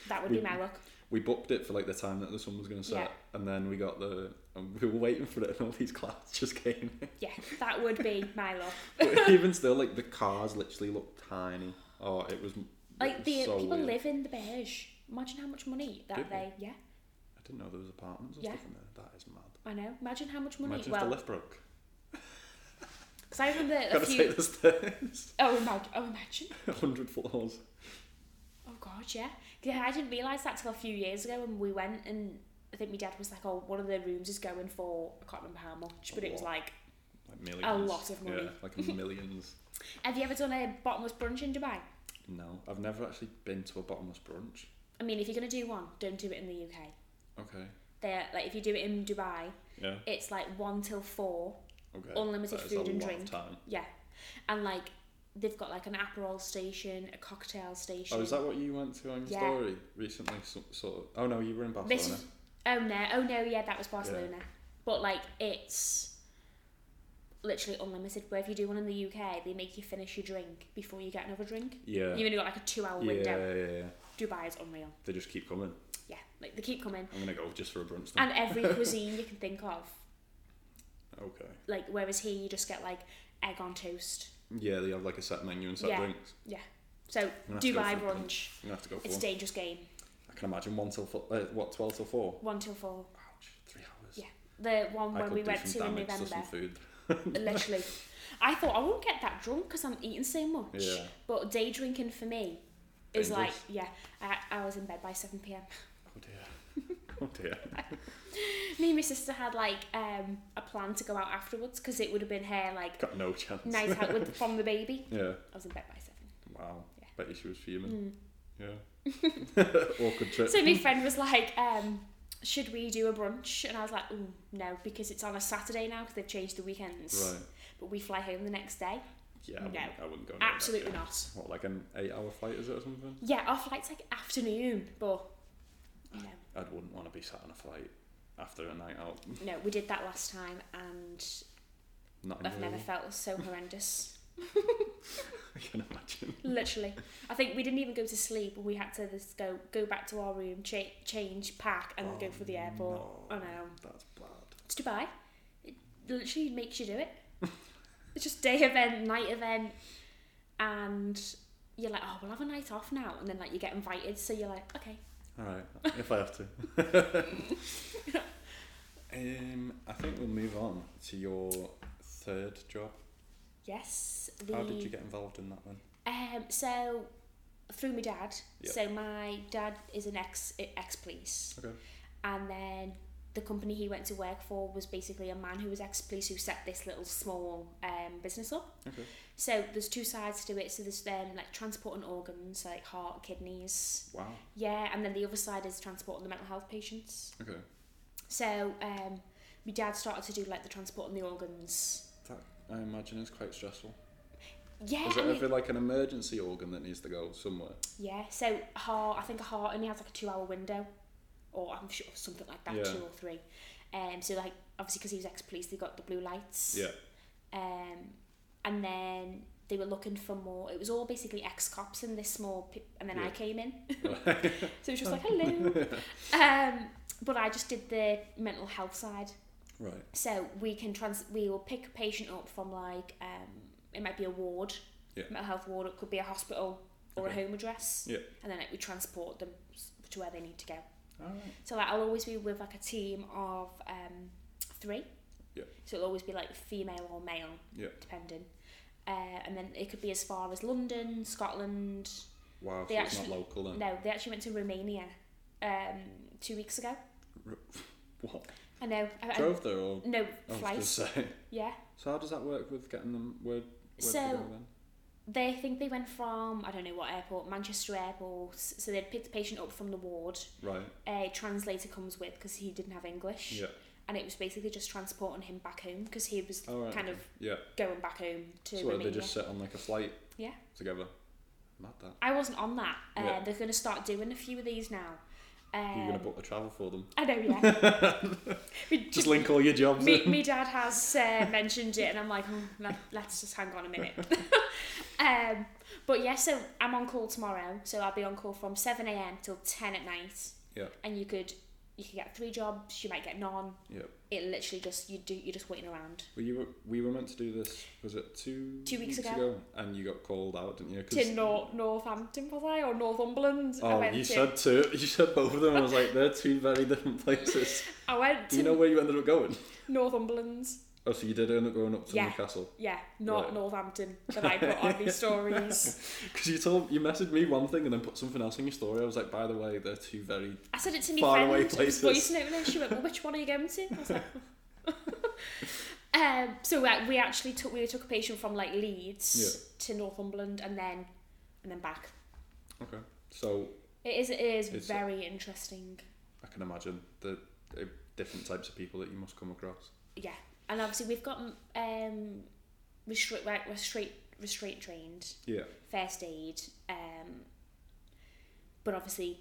That would We- be my luck. We booked it for like the time that the sun was going to set, Yeah. and then we got the. And we were waiting for it, and all these clouds just came in. Yeah, that would be my luck. But even still, like the cars literally looked tiny. Oh, it was it Like was the so people weird. live in the Beige. Imagine how much money that Do they? they. Yeah, I didn't know there was apartments and Yeah. stuff in there. That is mad. I know. Imagine how much money. Imagine if the well, lift broke. because I remember a Gotta few. take the stairs. Oh, imagine. Oh, imagine. 100 floors. Oh God, yeah. Yeah, I didn't realise that till a few years ago when we went and I think my dad was like, "Oh, one of the rooms is going for I can't remember how much, but A it was lot. like, Like millions. lot of money. Yeah, like millions. have you ever done a bottomless brunch in Dubai? no, I've never actually been to a bottomless brunch. I mean, if you're gonna do one, don't do it in the UK. Okay. They're like, if you do it in Dubai, Yeah. it's like one till four, Okay. Unlimited That is food a lot and of drink. time. yeah, and like they've got like an aperol station, a cocktail station. Oh, is that what you went to on your Yeah. story recently? So, sort of. Oh no, you were in Barcelona. This is, oh no, oh no, yeah, that was Barcelona. But like it's literally unlimited. Where if you do one in the UK, they make you finish your drink before you get another drink. yeah. You've only got like a two-hour yeah, window. yeah, yeah. Dubai is unreal. They just keep coming. Yeah, like they keep coming, I'm gonna go just for a brunch. Then. and every cuisine you can think of. okay. Like whereas here you just get like egg on toast. Yeah, they have like a set menu and set Yeah. drinks. So gonna have to go Dubai for a brunch. I'm gonna have to go for It's a one. dangerous game. I can imagine one till four, uh, what twelve till four. One till four. Ouch, three hours. Yeah. The one I when could we do went some to in damage November. some food. literally. I thought I won't get that drunk because I'm eating so much. Yeah. But day drinking for me is like, Dangerous. yeah, I, I was in bed by 7 pm. Oh dear. Oh dear. me and my sister had like um, a plan to go out afterwards because it would have been her like Got no chance. night out with from the baby. Yeah. I was in bed by 7. Wow. Yeah. Bet you she was fuming. Mm. Yeah. Awkward trip. So my friend was like, um, should we do a brunch? And I was like, Ooh, no, because it's on a Saturday now because they've changed the weekends. right. But we fly home the next day. Yeah. I No. wouldn't, I wouldn't go. near that, Absolutely yeah. not. What like an eight-hour flight is it or something? Yeah, our flight's like afternoon, but no. I wouldn't want to be sat on a flight after a night out. No, we did that last time, and Not I've never enjoyable. felt so horrendous. I can imagine. Literally, I think we didn't even go to sleep. We had to just go go back to our room, cha- change, pack, and then go Oh, for the airport. no. I know That's bad. it's Dubai. It literally makes you do it. it's just day event, night event, and you're like, oh, we'll have a night off now, and then like you get invited, so you're like, okay, All right. If I have to. um, I think we'll move on to your third job. yes. The, How did you get involved in that one? Um, so through my dad. Yep. So my dad is an ex ex police. Okay. and then the company he went to work for was basically a man who was ex police who set this little small um, business up. Okay. So there's two sides to it. So there's um, like transporting organs, like heart, kidneys. Wow. Yeah, and then the other side is transporting the mental health patients. Okay. So um, my dad started to do like the transporting the organs. That I imagine is quite stressful. Yeah, Is I it mean- ever like an emergency organ that needs to go somewhere? yeah. So heart, I think a heart only has like a two-hour window, or I'm sure something like that, Yeah. two or three. Um, so like obviously because he was ex-police, they got the blue lights. Yeah. Um, and then they were looking for more. It was all basically ex-cops in this small, pi- and then I Yeah. came in. Right. So it was just like hello. um, but I just did the mental health side. right. So we can trans we will pick a patient up from like um it might be a ward, Yeah. mental health ward, it could be a hospital or Okay. a home address. Yeah. And then like, we transport them s- to where they need to go. All right. So like I'll always be with like a team of um three. Yeah. So it'll always be like female or male, Yeah. depending. Uh, and then it could be as far as London, Scotland. Wow. They so it's actually- not local then. No, they actually went to Romania um, two weeks ago. What? I know. I, I- Drove there or? no, I was um, flight. just saying. Yeah. So how does that work with getting them where, where So- to go then? They think they went from, I don't know what airport, Manchester Airport. s- So they'd picked the patient up from the ward. Right. A translator comes with because he didn't have English. Yeah. And it was basically just transporting him back home because he was All right. kind okay. of Yeah. going back home to So what, Romania. they just sit on like a flight. Yeah. Together. Mad that. I wasn't on that. Uh, Yeah. They're going to start doing a few of these now. Um, You're gonna book the travel for them. I know, yeah. We- Just link all your jobs me, in. me dad has uh, mentioned it and I'm like, "Hmm, let, let's just hang on a minute. um, but yeah, so I'm on call tomorrow. So I'll be on call from 7am till 10 at night. Yeah. And you could you could get three jobs, you might get none. Yeah. It literally just, you do, you're just waiting around. Well, you were, we were meant to do this. Was it two? Two weeks ago. And you got called out, didn't you? 'Cause- To Nor- Northampton, was I? Or Northumberland? I Oh, went you said to, two. You said both of them. I was like, they're two very different places. I went Do you to know where you ended up going? Northumberland. Oh, so you did end up going up to Yeah. Newcastle Yeah, not Right. Northampton that I put on these stories. because you told you messaged me one thing and then put something else in your story. I was like, by the way, they're two very. I said it to my Far friend. away it was places. Voice note, and she went, "Well, which one are you going to?" I was like, um, "So uh, we actually took we took a patient from like Leeds to Northumberland, and then and then back. Okay. So It is it is It's- uh, very interesting. I can imagine the uh, different types of people that you must come across. Yeah, and obviously we've got um, restraint right, we're straight restraint trained Yeah. first aid, um, but obviously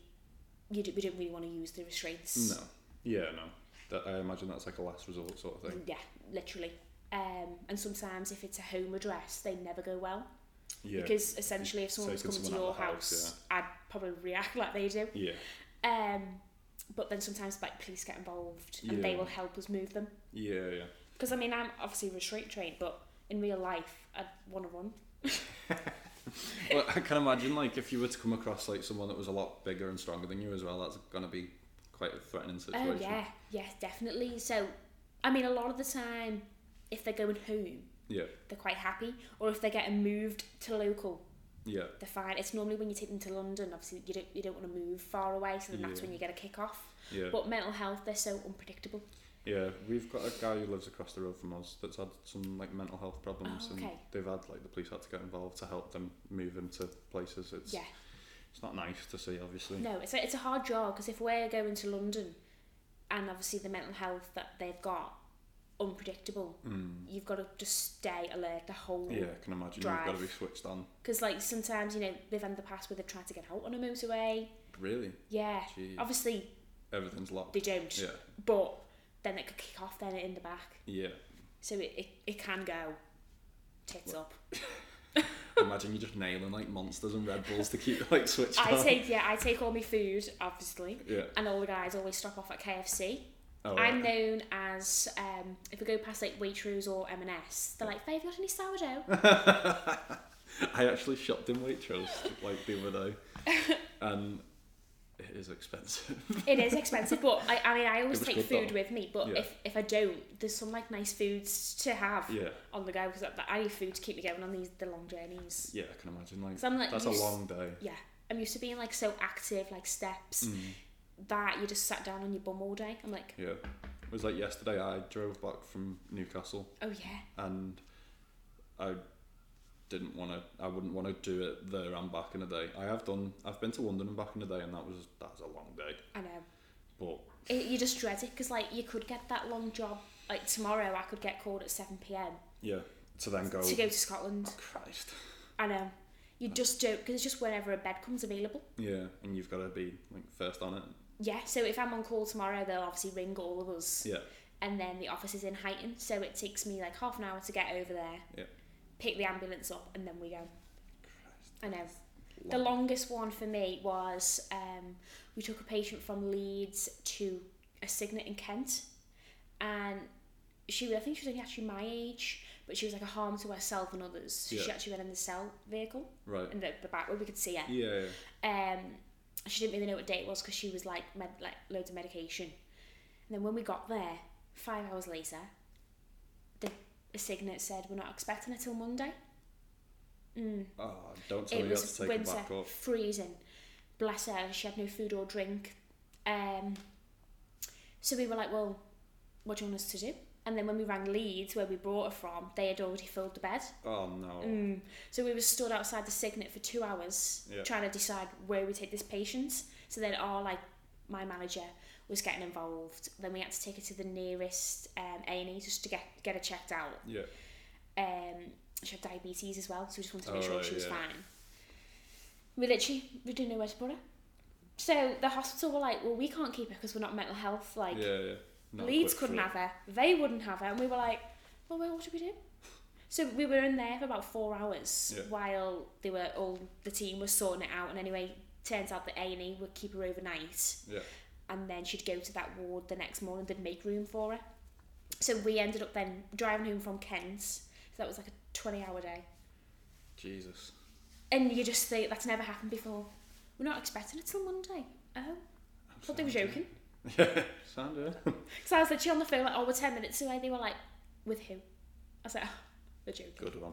you do, we don't really want to use the restraints. No. Yeah. No. That, I imagine that's like a last resort sort of thing. Yeah, literally. Um, and sometimes if it's a home address, they never go well Yeah. because essentially if someone was Taking coming to someone your out of the house, house, I'd probably react like they do. Yeah. Um, but then sometimes like police get involved and they Yeah. will help us move them. Yeah. Yeah. Because I mean, I'm obviously restraint trained, but in real life, I'd want to run. Well, I can imagine like if you were to come across like someone that was a lot bigger and stronger than you as well, that's gonna be quite a threatening situation. Oh yeah, yeah, definitely. So, I mean, a lot of the time, if they're going home, Yeah. they're quite happy, or if they're getting moved to local, Yeah. they're fine. It's normally when you take them to London, obviously you don't you don't want to move far away, so then that's Yeah. when you get a kick off. Yeah. But mental health, they're so unpredictable. yeah. We've got a guy who lives across the road from us that's had some like mental health problems Oh, and okay. they've had like the police had to get involved to help them move him to places. It's Yeah. it's not nice to see obviously. No, it's a, it's a hard job because if we're going to London, and obviously the mental health that they've got, unpredictable. Mm. You've got to just stay alert the whole. Yeah, I can imagine you've Drive. gotta be switched on. Because like sometimes you know they've had the past where they've tried to get out on a motorway. Really? Yeah. Jeez. Obviously Everything's locked. they don't. Yeah. But then it could kick off then in the back, Yeah. so it it, it can go. Tits up. imagine you just nailing like monsters and Red Bulls to keep like switched I on. take yeah, I take all my food obviously. Yeah. and all the guys always stop off at KFC. Oh, right. I'm known as um, if we go past like Waitrose or M&S, they're like, "Babe, you got any sourdough?" I actually shopped in Waitrose like the other day, and it is expensive. it is expensive, but I, I mean, I always was take good, food though. with me. But Yeah. if, if I don't, there's some like nice foods to have Yeah, on the go because I, I need food to keep me going on these the long journeys. yeah, I can imagine. Like, 'Cause I'm like that's a used, long day. Mm. Yeah, I'm used to being like so active, like steps, that you just sat down on your bum all day. I'm like, Yeah. It was like yesterday I drove back from Newcastle oh yeah, and I didn't want to I wouldn't want to do it there and back in a day. I have done I've been to London and back in a day and that was that was a long day. I know. But It, you just dread it because like you could get that long job. Like tomorrow, I could get called at seven p.m. yeah, to then go, to go to Scotland. Christ. I know. You just don't because it's just whenever a bed comes available. Yeah, and you've got to be like first on it. Yeah, so if I'm on call tomorrow, they'll obviously ring all of us, Yeah. and then the office is in Heighton, so it takes me like half an hour to get over there. Yeah. Pick the ambulance up, and then we go. Christ. I know. The longest one for me was um, we took a patient from Leeds to a signet in Kent, and she was- I think she was only actually my age, but she was like a harm to herself and others. She Yeah. actually went in the cell vehicle Right. in the, the back where we could see her. Yeah. yeah. um, she didn't really know what day it was because she was like med- like loads of medication. And then when we got there, five hours later, the, the signet said we're not expecting her till Monday. Mm. Oh, don't tell It me you have to was take it winter, back up. freezing. Bless her, she had no food or drink. Um, so we were like, well, what do you want us to do? And then when we rang Leeds, where we brought her from, they had already filled the bed. Oh no. Mm. So we were stood outside the Signet for two hours Yeah. trying to decide where we take this patient. So then our like my manager was getting involved. Then we had to take her to the nearest um, A and E just to get get her checked out. Yeah. Um, she had diabetes as well, so we just wanted to Oh, make sure right, she was yeah. fine. We literally we didn't know where to put her. So the hospital were like, well, we can't keep her because we're not mental health. Like yeah. Yeah. Not Leeds equipped couldn't for it. have her. They wouldn't have her. And we were like, well, well what do we do? So we were in there for about four hours Yeah. while they were all the team was sorting it out. And anyway, turns out that A and E would keep her overnight, Yeah. and then she'd go to that ward the next morning. They'd make room for her. So we ended up then driving home from Kent. So that was like a twenty-hour day, Jesus. and you just think that's never happened before. We're not expecting it till Monday. Oh, thought they were Sound- joking. Yeah. Sound yeah. Because I was literally on the phone like, oh, we're 10 minutes away. They were like, with who? I was like, oh, they're joking. Good one.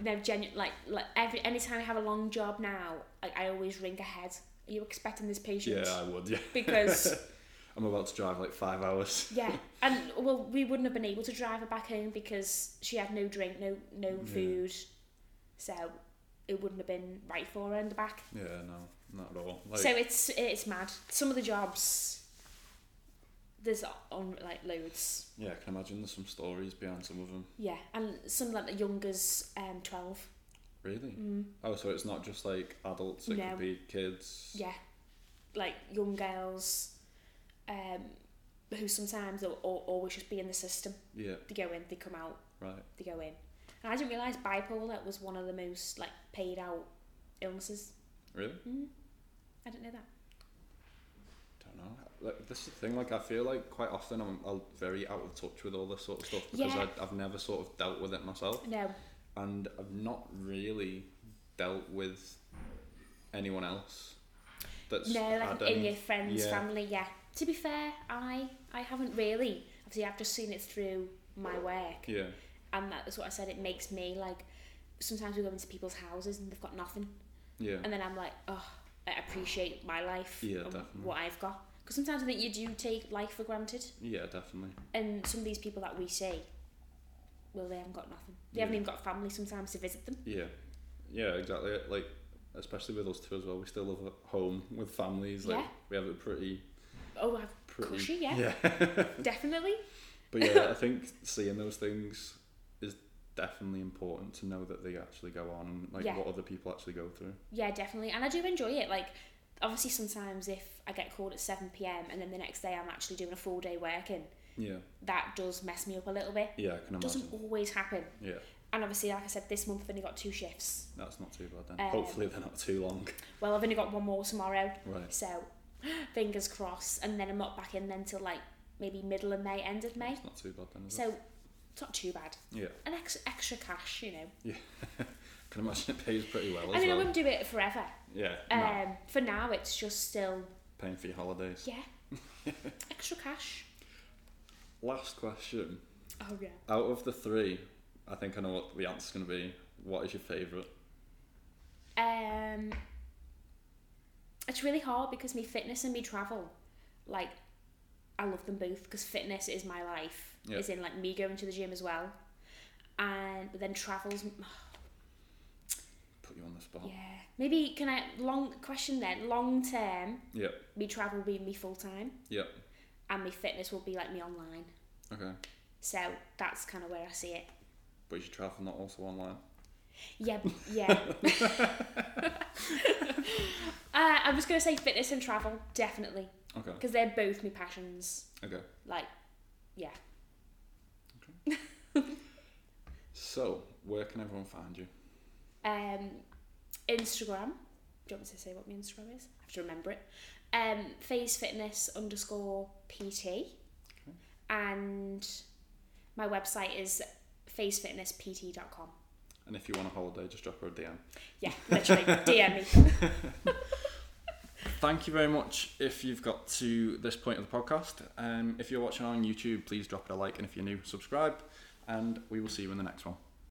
They're genuine, like, like every, anytime I have a long job now, like, I always ring ahead. Are you expecting this patient? Yeah, I would. Yeah. Because, I'm about to drive like five hours. yeah. And, well, we wouldn't have been able to drive her back home because she had no drink, no, no Yeah. food. So it wouldn't have been right for her in the back. Yeah. No. Not at all. Like, so it's it's mad. Some of the jobs, there's on like loads. yeah, I can imagine there's some stories behind some of them. Yeah, and some like the youngers, um, twelve. Really? Mm, Oh, so it's not just like adults. It No. could be kids. yeah, like young girls, um, who sometimes will al- always just be in the system. Yeah. They go in, they come out, Right. they go in. And I didn't realise bipolar was one of the most like paid out illnesses. Really? Mm, I didn't know that. Don't know. Uh, Like this is the thing. Like I feel like quite often I'm, I'm very out of touch with all this sort of stuff because Yeah. I, I've never sort of dealt with it myself, No, and I've not really dealt with anyone else. That's no, like had in any- your friends, e- yeah. family. Yeah. To be fair, I I haven't really. Obviously, I've just seen it through my work. Yeah. and that's what I said. It makes me like sometimes we go into people's houses and they've got nothing, Yeah. and then I'm like, oh, I appreciate my life Yeah, and definitely. what I've got. Because sometimes I think you do take life for granted, yeah. Definitely. and some of these people that we see, well, they haven't got nothing. They haven't Yeah. even got family sometimes to visit them. Yeah, yeah, exactly. Like, especially with us two as well. We still live at home with families. Like, Yeah. we have it pretty, Oh, I've pretty. Cushy, yeah. definitely. but yeah, I think seeing those things is definitely important to know that they actually go on and like Yeah. what other people actually go through. Yeah, definitely. And I do enjoy it. Like, obviously, sometimes if I get called at 7 pm and then the next day I'm actually doing a full day working, Yeah, that does mess me up a little bit. yeah, I can imagine. Doesn't always happen. Yeah, And obviously, like I said, this month I've only got two shifts. that's not too bad then. Um, Hopefully they're not too long. Well, I've only got one more tomorrow, Right. so fingers crossed. And then I'm not back in then till like maybe middle of May, end of May. It's not too bad then. Is it? So it's not too bad. Yeah, An ex- extra cash, you know. I can imagine it pays pretty well I as mean, I well. wouldn't do it forever. Yeah, Um, no, For now, it's just still, paying for your holidays. yeah, extra cash. Last question. Oh, yeah. Out of the three, I think I know what the answer's going to be. What is your favourite? Um, I Um, it's really hard because me fitness and me travel, like, I love them both because fitness is my life. Yeah. Is in like me going to the gym as well, and but then travels. Put you on the spot. Yeah, maybe can I long question then? Long term, Yeah. me travel will be me full time, Yeah. and me fitness will be like me online. Okay. So that's kind of where I see it. But is your travel not also online? Yeah, b- yeah. uh, I was gonna say fitness and travel definitely Okay. because they're both my passions. Okay. Like, yeah. So, where can everyone find you? um, Instagram. Do you want me to say what my Instagram is? I have to remember it. Um, phase fitness underscore PT. And my website is phasefitnesspt.com. And if you want a holiday, just drop her a DM. Yeah, literally, DM me. Thank you very much if you've got to this point of the podcast. Um, if you're watching on YouTube, please drop it a like. And if you're new, subscribe. And we will see you in the next one.